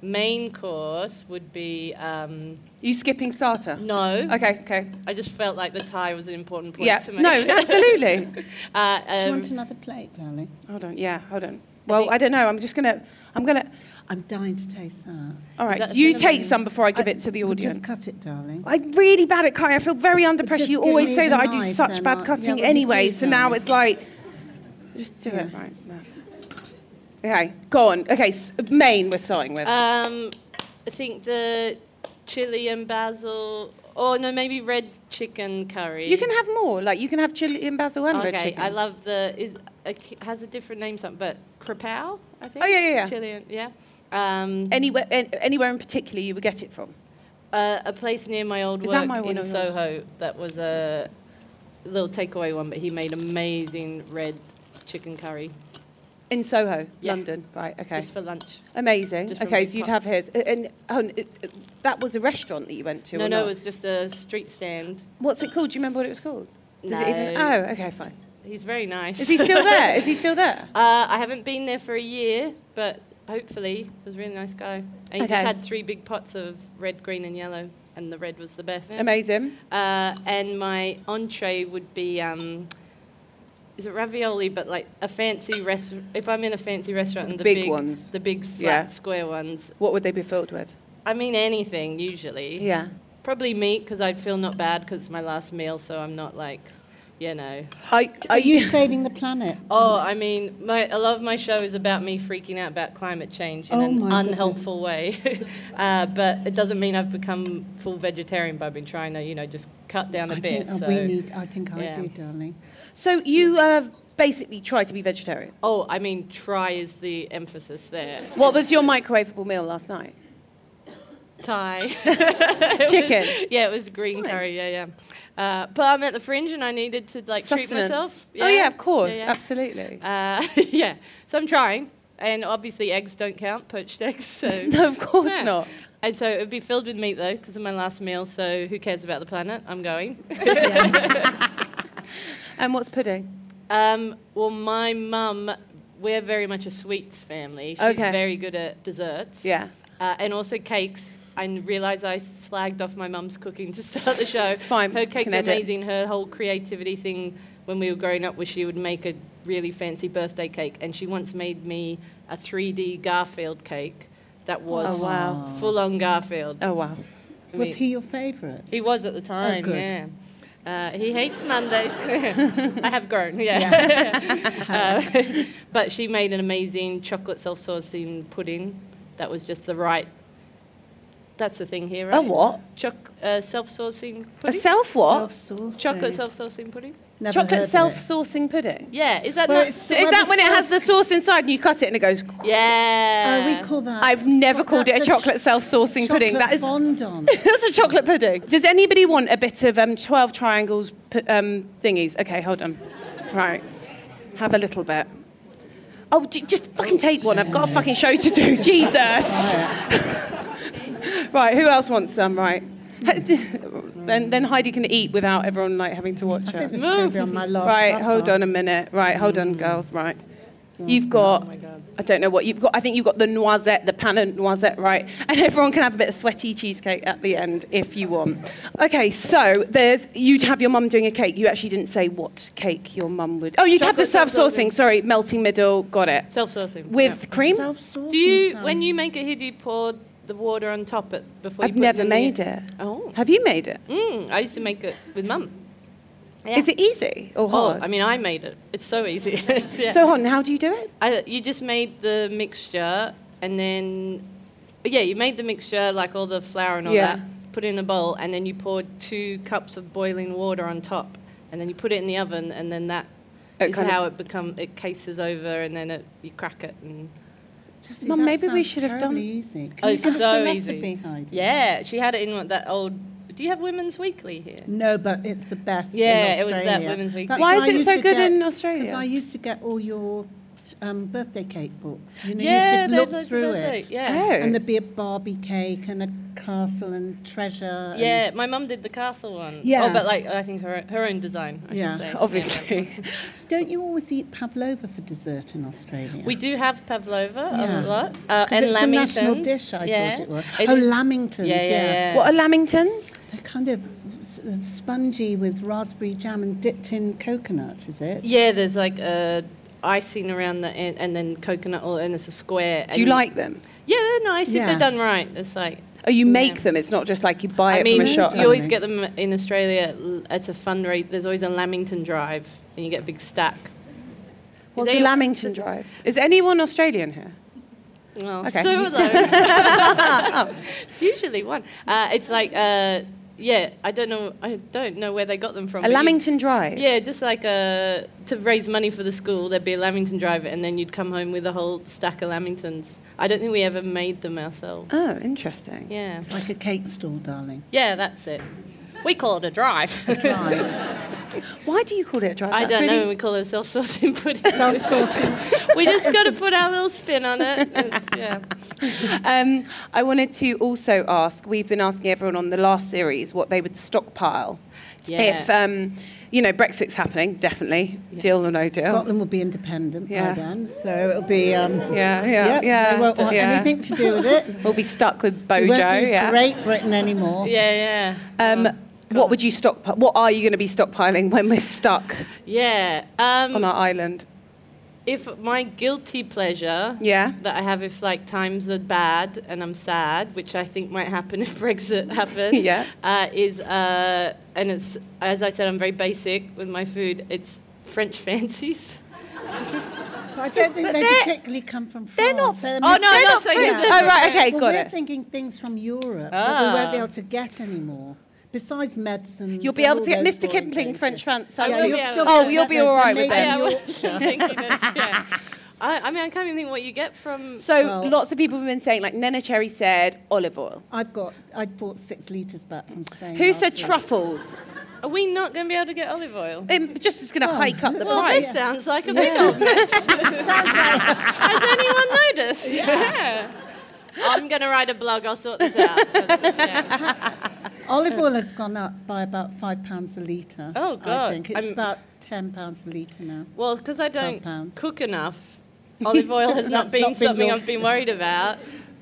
S6: main course would be um,
S1: You skipping starter?
S6: no.
S1: Okay, okay.
S6: I just felt like the tie was an important point
S1: Yeah.
S6: to make. (laughs)
S1: No,
S2: (laughs)
S1: absolutely.
S6: uh,
S2: Do you
S6: um,
S2: want another plate, darling?
S1: Hold on. Yeah, hold on. Well, I don't know. I'm just gonna. I'm gonna.
S2: I'm dying to taste that.
S1: All right.
S6: that
S1: You
S6: cinnamon?
S1: take some before I give it to the
S2: Well,
S1: audience.
S2: Just cut it, darling.
S1: I'm really bad at cutting. I feel very under pressure.
S2: just
S1: You
S2: give
S1: always
S2: me
S1: say
S2: the
S1: that I do
S2: knife
S1: such
S2: then,
S1: bad
S2: I'll- yeah,
S1: cutting
S2: well, you
S1: anyway.
S2: do,
S1: So now
S2: darling.
S1: it's like, just do it
S2: Yeah.
S1: right. No. Okay, go on. Okay, s- Maine. We're starting with.
S6: um, I think the chili and basil, or no, maybe red chicken curry.
S1: you can have more. Like you can have chili and basil and red
S6: Okay,
S1: chicken.
S6: I love the is a, has a different name something, but krapow. I think.
S1: Oh, yeah, yeah, yeah.
S6: Chili, and, yeah. Um,
S1: anywhere, an- anywhere in particular you would get it from.
S6: uh, a place near my old
S1: Is that
S6: work
S1: my one
S6: in
S1: or yours?
S6: Soho that was a little takeaway one, but he made amazing red chicken curry
S1: In Soho,
S6: Yeah.
S1: London. Right. Okay.
S6: just for lunch.
S1: Amazing.
S6: Just from
S1: okay,
S6: the
S1: so you'd
S6: car-
S1: have his. a- And oh, and it- it- that was a restaurant that you went to.
S6: no,
S1: or
S6: no,
S1: not?
S6: it was just a street stand.
S1: What's it called? Do you remember what it was called? Does it even?
S6: No.
S1: Oh, okay, fine.
S6: He's very nice.
S1: Is he still there? Is he still there?
S6: Uh, I haven't been there for a year, but hopefully he was a really nice guy. And he
S1: Okay.
S6: just had three big pots of red, green, and yellow, and the red was the best.
S1: Amazing.
S6: Uh, and my entree would be um, is it ravioli? But like a fancy rest. If I'm in a fancy restaurant, and the
S1: Big
S6: big,
S1: ones.
S6: the big flat
S1: Yeah.
S6: square ones.
S1: What would they be filled with?
S6: I mean anything usually.
S1: Yeah.
S6: Probably meat because I'd feel not bad because it's my last meal, so I'm not like you
S2: (laughs)
S6: know.
S2: Are, are you saving the planet?
S6: Oh, I mean, my, a lot of my show is about me freaking out about climate change in
S2: Oh
S6: an
S2: my goodness.
S6: unhelpful way. (laughs) uh, but it doesn't mean I've become full vegetarian, but I've been trying to, you know, just cut down a
S2: I
S6: bit.
S2: think uh,
S6: so,
S2: we need. I think I
S6: yeah.
S2: do, darling.
S1: So you uh, basically try to be vegetarian.
S6: Oh, I mean, try is the emphasis
S1: (laughs)
S6: there.
S1: What was your microwavable meal last night? (laughs)
S6: Thai.
S1: Chicken.
S6: yeah, it was green curry. Yeah, yeah. Uh, but I'm at the fringe and I needed to like treat
S1: Sustenance.
S6: myself.
S1: Oh yeah, of course,
S6: yeah, yeah.
S1: absolutely.
S6: Uh, (laughs) yeah, so I'm trying, and obviously eggs don't count, poached eggs. So
S1: (laughs) (laughs) No, of course
S6: Yeah.
S1: not.
S6: And so it would be filled with meat though, because of my last meal. So who cares about the planet? I'm going.
S1: And what's pudding?
S6: Um, well, my mum, we're very much a sweets family. She's
S1: Okay.
S6: very good at desserts.
S1: Yeah.
S6: Uh, and also cakes. I realised I slagged off my mum's cooking to (laughs) start the show. it's fine. Her cakes
S1: can
S6: are
S1: edit.
S6: amazing. Her whole creativity thing when we were growing up was she would make a really fancy birthday cake. And she once made me a 3D Garfield cake that was
S1: Oh, wow.
S6: full on Garfield.
S1: Oh wow.
S6: I
S2: Was
S6: mean-
S2: he your favourite?
S6: he was at the
S1: Oh,
S6: time.
S2: good.
S6: Yeah. Uh, he hates
S1: (laughs)
S6: Monday. (laughs) I have grown, yeah. (laughs)
S1: (laughs)
S6: Uh, but she made an amazing chocolate self saucing pudding that was just the right. That's the thing here, right?
S1: A what?
S6: Choc- uh, self saucing
S1: A
S6: pudding.
S1: self what?
S6: Chocolate self saucing pudding?
S2: Never heard
S1: Chocolate
S2: of
S1: self
S2: it.
S1: saucing pudding.
S6: Yeah, is that
S1: Well,
S6: not?
S1: it's the Is that rubber when it has sauce. the sauce inside and you cut it and it goes? uh,
S6: Yeah.
S2: Oh, we call that.
S1: I've never called it a
S2: (laughs) that's a ch-
S1: chocolate self-saucing pudding.
S2: chocolate
S1: That is (laughs)
S2: fondant.
S1: that's a chocolate pudding. Does anybody want a bit of um, twelve triangles pu- um, thingies? Okay, hold on. Right, have a little bit. Oh, j- just fucking take one. I've got a fucking show to do. (laughs) Jesus. right, who else wants some? Right. (laughs) then, then Heidi can eat without everyone like having to watch her.
S2: this is going
S1: (laughs)
S2: to be on my last.
S1: Right,
S2: supper.
S1: hold on a minute. Right, hold on, girls. Right. You've got, I don't know what you've got. I think you've got the noisette, the pan and noisette, right? And everyone can have a bit of sweaty cheesecake at the end if you want. Okay, so there's you'd have your mum doing a cake. You actually didn't say what cake your mum would. Oh, you'd have the
S6: Chocolate
S1: self
S6: self-saucing.
S1: saucing. Sorry, melting middle. Got it.
S6: Self saucing.
S1: With cream.
S2: Self-saucing
S6: Do you,
S2: sound.
S6: when you make it, who do you pour the water on top it before
S1: I've
S6: you put
S1: never
S6: it in the-
S1: made it.
S6: Oh.
S1: Have you made it? Is
S6: Mm, I used to make it with mum.
S1: it easy or
S6: Oh,
S1: hard?
S6: I mean, I made it. It's so easy. (laughs) It's- yeah.
S1: So hon, how do you do it?
S6: I, you just made the mixture, and then yeah, you made the mixture like all the flour and all
S1: Yeah.
S6: that. Put it in a bowl, and then you poured two cups of boiling water on top, and then you put it in the oven, and then that
S1: It
S6: is
S1: kind of-
S6: how it become it cases over, and then it, you crack it and.
S2: Jessie,
S1: Mum,
S2: that
S1: maybe we
S2: sounds
S1: should have done-
S2: terribly Easy. Can
S6: oh,
S2: you
S6: it's
S2: give us
S6: so
S2: a
S6: easy.
S2: recipe, Heidi?
S6: Yeah, she had it in what, that old. Do you have Women's Weekly here?
S2: No, but it's the best.
S6: Yeah,
S2: in
S6: it was that
S2: Australia.
S6: Women's Week.
S2: That's
S6: Why
S1: is
S2: what I
S1: it so
S2: used to
S1: good
S2: get-
S1: in
S2: 'cause I
S1: Australia?
S2: used to get all your um, birthday cake books. You know,
S6: yeah,
S2: you
S6: they're
S2: used to
S6: like
S2: look through
S6: birthday,
S2: it.
S6: Yeah.
S1: Oh.
S2: And there'd be a Barbie cake and a castle and treasure. and-
S6: Yeah, my mum did the castle one. Oh,
S2: Yeah.
S6: but like I think her her own design. I
S2: Yeah,
S6: should say.
S1: Obviously.
S2: Don't you always eat pavlova for dessert in Australia?
S6: We do have pavlova
S2: Yeah.
S6: a lot, uh,
S2: 'Cause
S6: and
S2: it's
S6: lamingtons.
S2: a national dish, I
S6: yeah.
S2: thought it was.
S6: It
S2: oh,
S6: is-
S2: lamingtons,
S6: Yeah,
S2: yeah.
S6: yeah, yeah.
S1: What are lamingtons?
S2: They're kind of s- uh, spongy with raspberry jam and dipped in coconut, is it?
S6: Yeah, there's like uh, icing around the end, and then coconut oil, and it's a square.
S1: Do you
S6: and-
S1: like them?
S6: Yeah, they're nice if
S2: Yeah.
S6: they're done right. It's like.
S1: Oh, you make them. It's not just like you buy
S6: I
S1: it
S6: mean,
S1: from a shop.
S6: you always get them in Australia l- at a fundraiser. There's always a Lamington drive, and you get a big stack.
S1: What's
S6: Is
S1: a
S6: any-
S1: Lamington Drive? Is anyone Australian here?
S6: Well,
S1: Okay.
S6: so alone.
S1: (laughs)
S6: it's usually one. Uh, it's like, uh, yeah, I don't know. I don't know where they got them from.
S1: A
S6: but you-
S1: Lamington Drive?
S6: Yeah, just like uh, to raise money for the school, there'd be a Lamington driver, and then you'd come home with a whole stack of Lamingtons. I don't think we ever made them ourselves.
S1: Oh, interesting.
S6: Yeah,
S2: Like a cake stall, darling.
S6: yeah, that's it. We call it
S1: (laughs)
S6: a drive.
S2: Right.
S1: Why do you call it a drive?
S6: I
S1: That's
S6: don't
S1: really-
S6: know. We call it self-sourcing (laughs) pudding. (laughs) we just got to put our little spin
S1: (laughs)
S6: on it. It's- yeah.
S1: Um, I wanted to also ask. We've been asking everyone on the last series what they would stockpile
S6: Yeah.
S1: if, um, you know, Brexit's happening. Definitely, deal or no deal.
S2: Scotland will be independent
S1: Yeah.
S2: by then, so it'll be. Um,
S1: Yeah, yeah,
S2: yep,
S1: yeah.
S2: They won't want
S1: yeah.
S2: anything to do with it.
S6: (laughs)
S1: We'll be stuck with Bojo.
S2: We won't be
S1: yeah.
S2: Great Britain anymore.
S6: Yeah, yeah.
S1: Um, what would you stockpile? What are you going to be stockpiling when we're stuck
S6: Yeah. Um,
S1: on our island?
S6: if my guilty pleasure
S10: Yeah.
S6: that I have if like times are bad and I'm sad, which I think might happen (laughs) if Brexit happens,
S10: Yeah.
S6: uh, is uh, and it's as I said, I'm very basic with my food. It's French (laughs) fancies.
S2: I don't think
S6: But
S2: they
S6: they're-
S2: particularly come from France. They're not.
S6: Oh, no, They're not not so- French. Oh, right, okay,
S2: well,
S6: got
S2: we're
S6: it.
S2: thinking things from Europe that we won't
S10: Ah.
S2: be able to get anymore. Besides medicine,
S10: You'll be able to get Mr. Kipling French France.
S2: Yeah,
S10: fancy.
S2: you'll still be able
S10: oh,
S2: to
S10: you'll
S2: get
S10: be
S2: those
S10: all right with
S2: amazing
S10: that.
S6: (laughs) I, I mean, I can't even think what you get from.
S1: So lots of people have been saying, like Nena Cherry said, olive oil.
S2: I've got. I bought six litres back from Spain.
S1: Who
S2: last
S1: said
S2: week.
S1: truffles?
S6: Are we not going to be able to get olive oil?
S1: It just is going to
S2: Well,
S1: hike up the
S6: well,
S1: price.
S6: this sounds like a big old mess. (laughs) Has anyone noticed? Yeah. I'm going to write a blog. I'll sort this out.
S2: Olive oil has gone up by about five pounds a litre.
S6: Oh,
S2: I
S6: God.
S2: think it's
S6: I'm-
S2: about ten pounds a litre now.
S6: Well, because I don't
S2: £12.
S6: cook enough, (laughs) olive oil has not
S2: That's
S6: been
S2: not been
S6: something
S2: your-
S6: I've been worried about.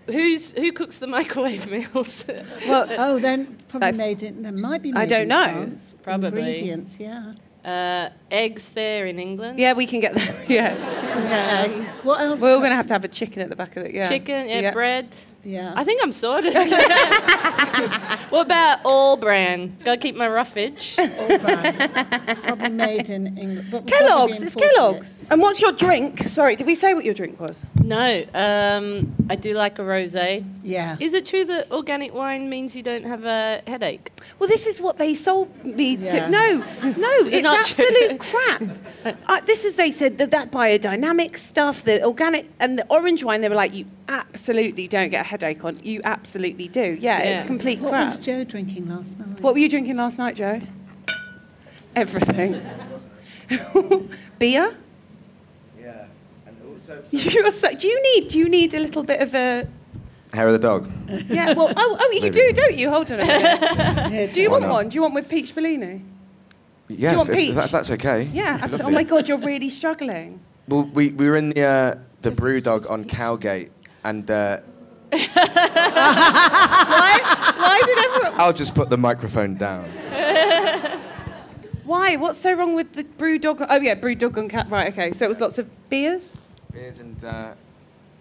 S6: Who's who cooks the microwave (laughs) meals?
S2: Well, (coughs) oh, then probably
S6: I've-
S2: made in. There might be. Made
S6: I don't
S2: in
S6: know.
S2: France.
S6: Probably.
S2: Ingredients, yeah.
S6: uh, eggs there in England.
S1: Yeah, we can get that. (laughs) yeah.
S6: Um,
S2: What else?
S1: We're all going to have to have a chicken at the back of it. Yeah.
S6: Chicken, yeah, bread.
S2: Yeah.
S6: I think I'm sorted. (laughs) what about all bran? Gotta keep my roughage.
S2: Probably made in England. But
S1: Kellogg's. It's Kellogg's. And what's your drink? Sorry, did we say what your drink was?
S6: No, um, I do like a rosé.
S2: Yeah.
S6: Is it true that organic wine means you don't have a headache?
S1: Well, this is what they sold me
S6: Yeah.
S1: to. No, (laughs) no,
S6: Is it
S1: it's
S6: not true?
S1: absolute crap. Uh, this is they said that that biodynamic stuff, the organic and the orange wine. They were like, you absolutely don't get a headache on. You absolutely do. Yeah,
S2: Yeah.
S1: it's complete
S2: What
S1: crap.
S2: was Joe drinking last night?
S1: what were you drinking last night, Joe? Everything. (laughs) Beer.
S11: Yeah, and also.
S1: (laughs) You're so, do you need? Do you need a little bit of a?
S5: Hair of the dog.
S1: Yeah. Well, oh, oh,
S5: (laughs)
S1: you
S5: Maybe.
S1: do, don't you? Hold on. A
S5: (laughs)
S1: minute. do you
S5: Why
S1: want
S5: not?
S1: one? Do you want with peach Bellini?
S5: Yeah,
S1: you want
S5: if, if
S1: peach?
S5: that- if that's okay.
S1: Yeah.
S5: Lovely.
S1: Absolutely. Oh my God, you're really struggling.
S5: Well, we, we were in the uh, the brew dog on Cowgate, and uh,
S1: why? Why did everyone?
S5: I'll just put the microphone down.
S1: (laughs) Why? What's so wrong with the brew dog? Oh yeah, brew dog and cat. Right. Okay. So it was lots of beers.
S5: Beers and uh,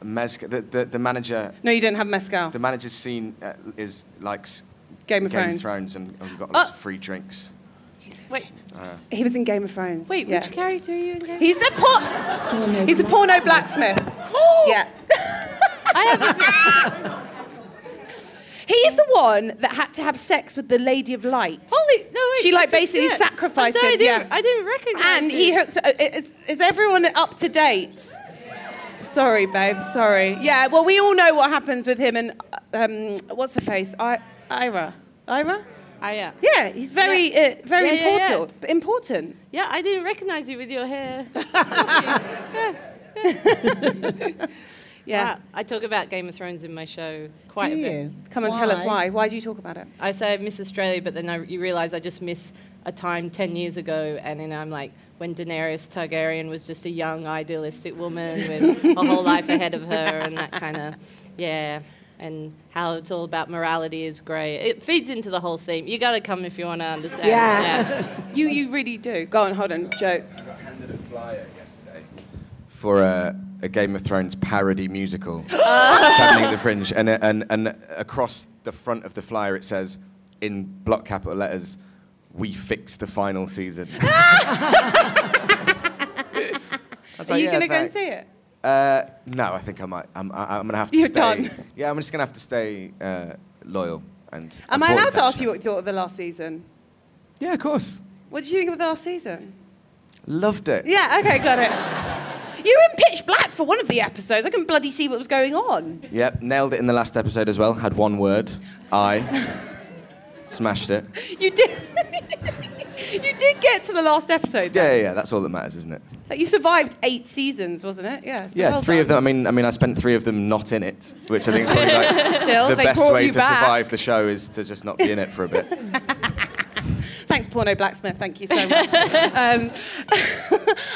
S5: mezcal. The, the, the manager.
S1: No, you didn't have mezcal.
S5: The manager's scene uh, is likes
S1: Game of Thrones.
S5: and, and we've got lots
S1: Oh.
S5: of free drinks.
S1: Wait.
S5: Uh,
S1: He was in Game of Thrones.
S6: Wait,
S1: yeah.
S6: which character are you in? Gabe?
S1: He's the por- He's a porno (gasps) blacksmith. yeah. (laughs) He's the one that had to have sex with the Lady of Light.
S6: Holy, no, wait,
S1: she
S6: I
S1: like
S6: just-
S1: basically
S6: yeah.
S1: sacrificed
S6: I'm sorry,
S1: him.
S6: I didn't,
S1: yeah.
S6: I didn't recognize
S1: and he
S6: it.
S1: hooked. uh, Is, is everyone up to date? Sorry, babe. Sorry. Yeah. Well, we all know what happens with him and um, what's her face? I, Ira. Ira.
S6: Ira.
S1: Yeah. He's very,
S6: Yeah.
S1: Uh, very
S6: Yeah, yeah, yeah.
S1: important. Important.
S6: Yeah, I didn't recognize you with your hair.
S1: Yeah.
S6: Uh, I talk about Game of Thrones in my show quite
S1: Do
S6: a bit.
S1: you? Come and tell us Why? why. Why do you talk about it?
S6: I say I miss Australia, but then I, you realise I just miss a time 10 years ago, and then I'm like, when Daenerys Targaryen was just a young, idealistic woman with a whole life ahead of her, and that kind of, yeah, and how it's all about morality is grey. It feeds into the whole theme. You gotta come if you wanna understand.
S1: you you really do. Go on, hold on, Joe.
S5: handed a flyer yesterday for a, a Game of Thrones parody musical
S1: (gasps) Ah.
S5: happening at the Fringe, and, and, and across the front of the flyer it says, in block capital letters, "We fix the
S1: (laughs)
S5: final season." I was
S1: Are
S5: like,
S1: you
S5: "Yeah,
S1: gonna go and
S5: thanks."
S1: see it?
S5: Uh, no, I think I might. I'm, I, I'm gonna have to
S1: You're
S5: stay.
S1: done.
S5: Yeah, I'm just gonna have to stay uh, loyal and.
S1: Am I
S5: avoid
S1: allowed to
S5: that
S1: ask
S5: shit.
S1: you what you thought of the last season?
S5: Yeah, of course.
S1: What did you think of the last season?
S5: Loved it.
S1: Yeah, okay, got it. You were in pitch black for one of the episodes. I couldn't bloody see what was going on.
S5: Yep, nailed it in the last episode as well. Had one word.
S1: (laughs)
S5: I smashed it.
S1: You did. (laughs) you did get to the last episode.
S5: Yeah, yeah, yeah, that's all that matters, isn't it?
S1: Like, you survived eight seasons, wasn't it? Yeah. so
S5: yeah,
S1: well
S5: three of them.
S1: done.
S5: I mean, I mean, I spent three of them not in it, which I think is probably like
S1: (laughs) Still,
S5: the
S1: they
S5: best
S1: brought
S5: way
S1: you
S5: to
S1: back.
S5: survive the show is to just not be in it for a bit.
S1: (laughs) Thanks, Porno Blacksmith. Thank you so
S6: (laughs)
S1: much. um, (laughs)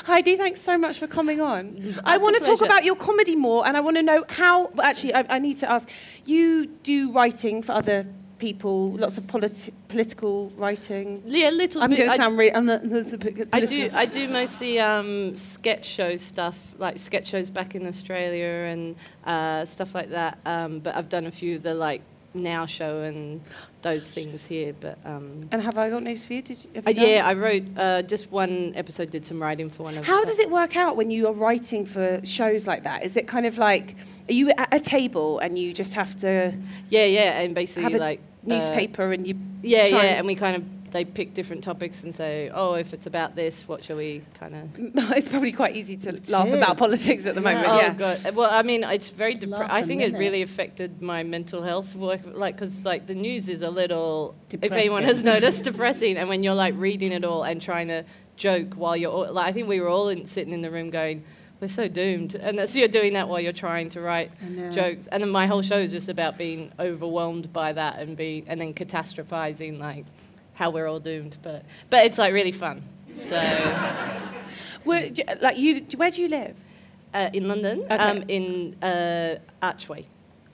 S1: Heidi, thanks so much for coming on. I
S6: a
S1: want to talk
S6: pleasure.
S1: about your comedy more, and I want to know how. well, Actually, I, I need to ask. You do writing for other people, lots of politi- political writing.
S6: Yeah, little
S1: I'm
S6: bit.
S1: going to
S6: I-
S1: sound really. I'm the, the, the, the
S6: I do. I do mostly um, sketch show stuff, like sketch shows back in Australia and uh, stuff like that. Um, but I've done a few of the like now show and those things here. But um,
S1: And have I got news for you? Did you, have
S6: uh,
S1: you done
S6: yeah,
S1: it?
S6: I wrote uh, just one episode. Did some writing for one of.
S1: How does it work out when you are writing for shows like that? Is it kind of like are you at a table and you just have to?
S6: Yeah, yeah, and basically
S1: have a
S6: like uh,
S1: newspaper and you.
S6: Yeah,
S1: try
S6: yeah, and we kind of they pick different topics and say, oh, if it's about this, what shall we kind of.
S1: (laughs) it's probably quite easy to laugh about politics at the moment.
S6: Oh
S1: yeah.
S6: god. Well, I mean, it's very. Depra-
S1: Laugh
S6: I
S1: a
S6: think it
S1: minute.
S6: really affected my mental health work, like because like the news is a little. If anyone
S1: Depressing.
S6: has noticed, depressing, and when you're like reading it all and trying to joke while you're, all, like, I think we were all in, sitting in the room going. We're so doomed, and that's, you're doing that while you're trying to write
S1: I know.
S6: jokes. And then my whole show is just about being overwhelmed by that and be, and then catastrophizing like how we're all doomed. But but it's like really fun.
S1: (laughs)
S6: So
S1: Where, d- like you, d- where do you live?
S6: Uh, in London,
S1: Okay.
S6: um, in uh, Archway.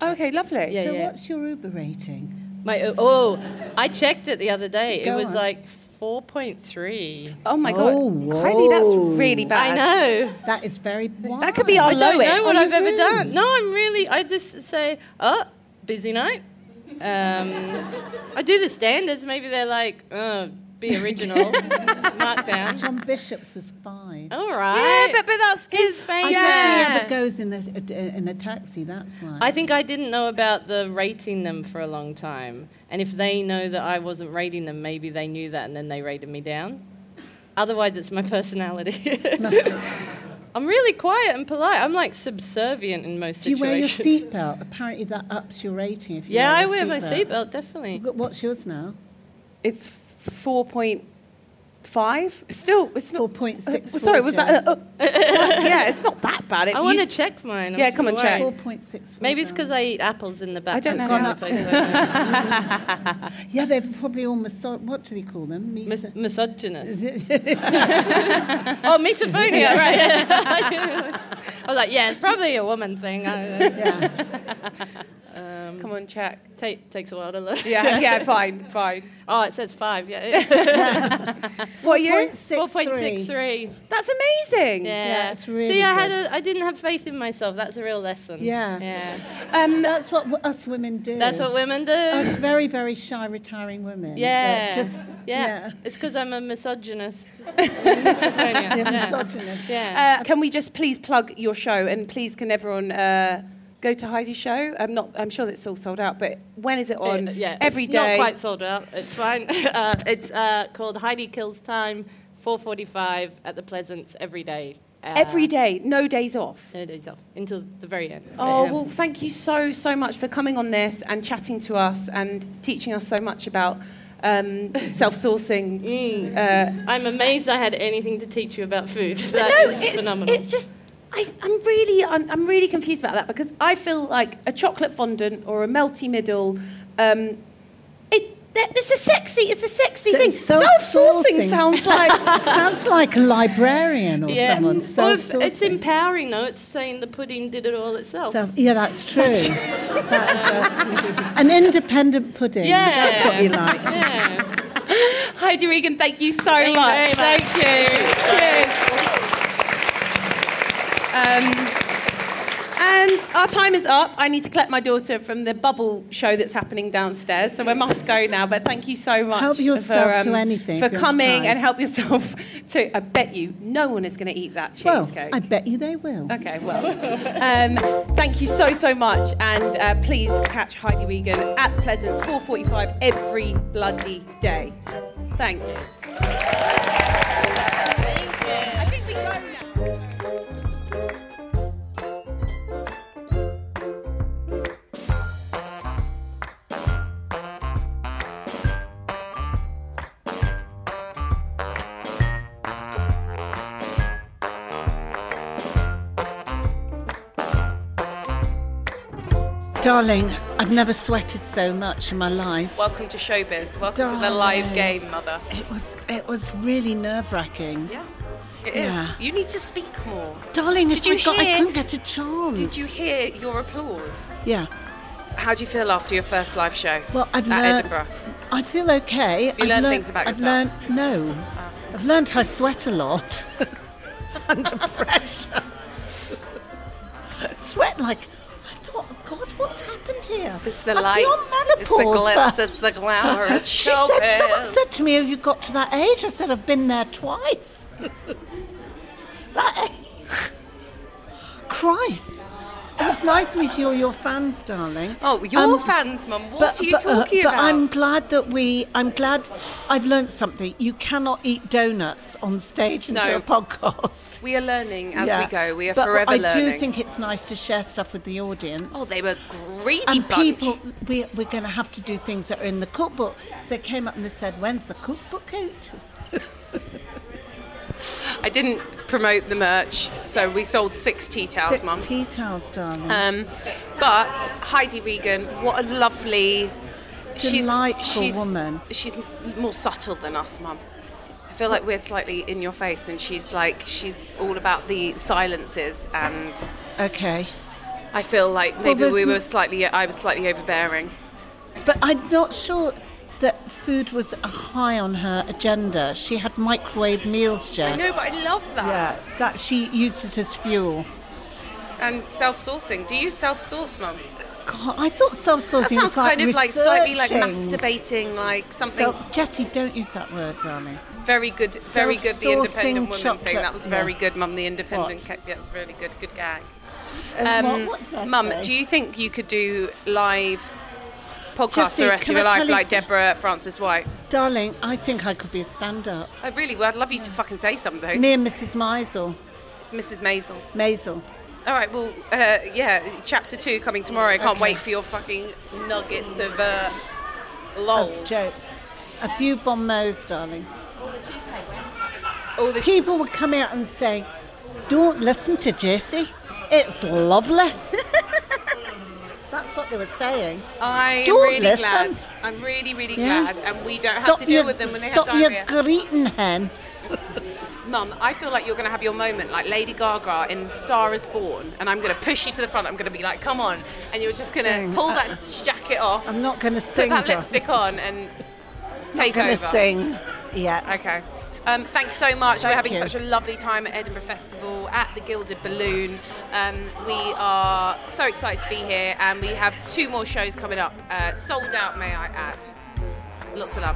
S1: Okay, lovely.
S6: Yeah,
S2: so
S6: yeah.
S2: what's your Uber rating?
S6: My oh, oh, I checked it the other day.
S2: Go
S6: it was
S2: on.
S6: like four point three.
S1: Oh my
S2: Oh,
S1: god, Heidi, that's really bad.
S6: I know.
S2: That is very wide.
S1: That could be our
S6: I don't
S1: lowest.
S6: know what
S1: Are you
S6: I've ever
S1: really?
S6: done. No, I'm really. I just say, oh, busy night. Um, I do the standards. Maybe they're like, oh, be original, markdown.
S2: John Bishop's was five.
S1: Oh,
S6: All right.
S1: but, but that's
S6: his
S2: I
S6: favourite.
S2: don't think he ever goes in a, a, in a taxi. That's why.
S6: I think I didn't know about the rating them for a long time. And if they know that I wasn't rating them, maybe they knew that and then they rated me down. Otherwise, it's my (laughs)
S1: (laughs)
S6: personality. I'm really quiet and polite. I'm like subservient in most
S2: Do you wear your
S6: situations.
S2: seatbelt? Apparently, that ups your rating. If you
S6: yeah, I
S2: your
S6: wear my seatbelt, definitely.
S2: Wh- What's yours now?
S1: It's four point five. Still, it's not
S2: four point six.
S1: Uh, sorry, was that? Uh, uh, (laughs) yeah, it's not that bad. It
S6: I want to
S1: used-
S6: check mine. I'm
S1: Yeah, oh, come and
S6: still
S1: check.
S6: worried.
S2: point six.
S6: Maybe it's because I eat apples in the back.
S1: I don't know
S6: country
S1: how
S6: of the
S1: that's-
S6: place
S1: (laughs)
S6: I live.
S2: Yeah, they're probably all miso- What do they call them? Mis-
S6: Mis- misogynist. (laughs) oh, misophonia, right. (laughs)
S1: (laughs)
S6: I was like, yeah, it's probably a woman thing. I- um,
S1: Come on, check.
S6: Take, takes a while to look.
S1: Yeah, yeah, fine, fine.
S6: (laughs) Oh, it says
S1: (laughs)
S6: five. Yeah.
S1: What year?
S6: Four point six three.
S1: That's amazing.
S6: Yeah.
S2: it's really
S6: See, I had
S2: good.
S6: a, I didn't have faith in myself. That's a real lesson.
S2: Yeah.
S6: Yeah.
S1: Um,
S2: That's what w- us women do.
S6: That's what women do.
S2: Us very, very shy, retiring women. that
S6: yeah.
S2: Just
S6: yeah.
S2: yeah.
S6: It's because I'm
S1: (laughs)
S6: a misogynist. Misophonia.
S2: They're
S6: Yeah.
S2: misogynist.
S6: Yeah.
S1: Uh, can we just please plug your show and please can everyone uh, go to Heidi's show? I'm not. I'm sure it's all sold out, but when is it on?
S6: Uh, yeah,
S1: every
S6: it's
S1: day.
S6: Not quite sold out. It's fine. (laughs) uh, it's uh, called Heidi Kills Time, 4:45 at the Pleasance every day. Uh,
S1: every day, no days off.
S6: No days off until the very end. But,
S1: Oh
S6: um,
S1: well, thank you so so much for coming on this and chatting to us and teaching us so much about
S6: (laughs)
S1: um, self-sourcing. Uh,
S6: I'm amazed I had anything to teach you about food. (laughs)
S1: But
S6: That
S1: no,
S6: is
S1: it's,
S6: phenomenal.
S1: it's just I, I'm really I'm, I'm really confused about that because I feel like a chocolate fondant or a melty middle. Um, it that, it's a sexy it's a sexy thing. Self-sourcing
S2: self-sourcing.
S1: sounds like
S2: Sounds like a librarian or
S6: yeah.
S2: someone.
S6: Well, if-
S2: Self-sourcing.
S6: it's empowering though. It's saying the pudding did it all itself.
S2: Self- yeah, that's true. That is a- an independent pudding.
S6: Yeah.
S2: That's what you like.
S6: Yeah.
S1: Heidi Regan. Thank you so
S6: Thank you
S1: much.
S6: very much.
S1: Thank you. Cheers. Um, and our time is up. I need to collect my daughter from the bubble show that's happening downstairs, so we must go now. But thank you so much.
S2: Help yourself
S1: for,
S2: to anything
S1: For
S2: if you have
S1: coming
S2: time.
S1: and help yourself (laughs) to. I bet you no one is going to eat that
S2: Well,
S1: cheesecake.
S2: I bet you they will.
S1: Okay, well, um, thank you so, so much. And uh, please catch Heidi Regan at Pleasance 4.45 every bloody day. Thanks. I think we go now.
S2: Darling, I've never sweated so much in my life.
S12: Welcome to showbiz. Welcome to the
S2: Darling.
S12: live game, mother.
S2: It was it was really nerve wracking.
S12: Yeah, it is.
S2: Yeah.
S12: You need to speak more.
S2: Darling,
S12: Did
S2: if
S12: you
S2: we got, I
S12: hear-
S2: couldn't get a chance.
S12: Did you hear your applause?
S2: Yeah.
S1: How do you feel after your first live show?
S2: Well, I've
S1: at
S2: learned-
S1: Edinburgh.
S2: I feel okay.
S1: Have you
S2: I've
S1: learned
S2: learnt-
S1: things about
S2: I've
S1: yourself? Ah.
S2: learned- no. I've learned I sweat a lot (laughs) under pressure. (laughs) sweat like, I thought, God, what's happened here? It's
S1: the
S2: I'm
S1: lights,
S2: Beyond
S1: it's the
S2: menopause,
S1: glitz,
S2: but-
S1: it's the glamour, it's
S2: (laughs) she said, someone
S1: showbiz.
S2: said to me, have you got to that age? I said, I've been there twice. (laughs) that age. Christ. It was nice meeting all your fans, darling.
S1: Oh, your fans, Mum. What are you
S2: uh,
S1: talking
S2: Um, but
S1: about?
S2: I'm glad that we. I'm glad I've learnt something. You cannot eat donuts on stage and do
S1: No.
S2: a podcast.
S1: We are learning as
S2: Yeah.
S1: we go. We are
S2: but
S1: forever
S2: I
S1: learning.
S2: do think it's nice to share stuff with the audience.
S1: oh, they were greedy
S2: and
S1: bunch.
S2: people, we, we're going to have to do things that are in the cookbook. So they came up and they said, "When's the cookbook out?"
S1: I didn't promote the merch, so we sold six tea towels,
S2: Six
S1: Mum.
S2: tea towels, darling.
S1: Um, but Heidi Regan, what a lovely,
S2: Delightful
S1: she's, she's,
S2: woman.
S1: She's more subtle than us, Mum. I feel like we're slightly in your face, and she's like she's all about the silences, and
S2: okay.
S1: I feel like
S2: Well,
S1: maybe
S2: there's
S1: we
S2: n-
S1: were slightly, I was slightly overbearing.
S2: But I'm not sure that food was high on her agenda. She had microwave meals, Jess.
S1: I know, but I love that.
S2: Yeah, that she used it as fuel.
S1: And self-sourcing. Do you self-source, Mum?
S2: God, I thought self-sourcing
S1: That sounds
S2: was like
S1: kind of like slightly like
S2: researching.
S1: masturbating, like something
S2: Self- Jesse, don't use that word, darling.
S1: Very good, very good. The independent
S2: Self-sourcing
S1: woman thing.
S2: chocolate,
S1: That was
S2: yeah.
S1: very good, mum. The independent. Ca- yeah, that's really good. Good gag.
S2: Um, what- what did I
S1: mum,
S2: say?
S1: do you think you could do live podcasts
S2: Jessie,
S1: the rest of
S2: can
S1: your
S2: I tell
S1: life,
S2: you
S1: like
S2: some-
S1: Deborah Francis White?
S2: Darling, I think I could be a stand-up.
S1: I really would. I'd love you to fucking say something.
S2: Me and Mrs. Maisel.
S1: It's Mrs. Maisel.
S2: Maisel.
S1: All right. Well, uh, yeah. Chapter two coming tomorrow. I can't
S2: Okay.
S1: wait for your fucking nuggets of uh, lol.
S2: Jokes. A few bon mots, darling.
S1: All the
S2: People would come out and say, don't listen to Jesse. It's
S1: (laughs)
S2: lovely. That's what they were saying.
S1: I'm
S2: Don't
S1: really
S2: listen.
S1: glad. I'm really, really
S2: Yeah.
S1: glad, and we don't have
S2: Stop
S1: to deal
S2: your-
S1: with them when they
S2: Stop
S1: have diarrhea.
S2: your greeting, hen.
S1: Mum, I feel like you're going to have your moment like Lady Gaga in Star is Born, and I'm going to push you to the front. I'm going to be like, come on. And you're just going
S2: Sing.
S1: to pull
S2: Uh,
S1: that jacket off,
S2: I'm not going to
S1: put
S2: sing.
S1: that
S2: darling.
S1: lipstick on, and
S2: I'm
S1: take
S2: going to
S1: over.
S2: sing. Yeah.
S1: Okay. Um, thanks so much. We're
S2: Thank
S1: having
S2: you.
S1: such a lovely time at Edinburgh Festival at the Gilded Balloon. Um, we are so excited to be here, and we have two more shows coming up. Uh, sold out, may I add. Lots of love.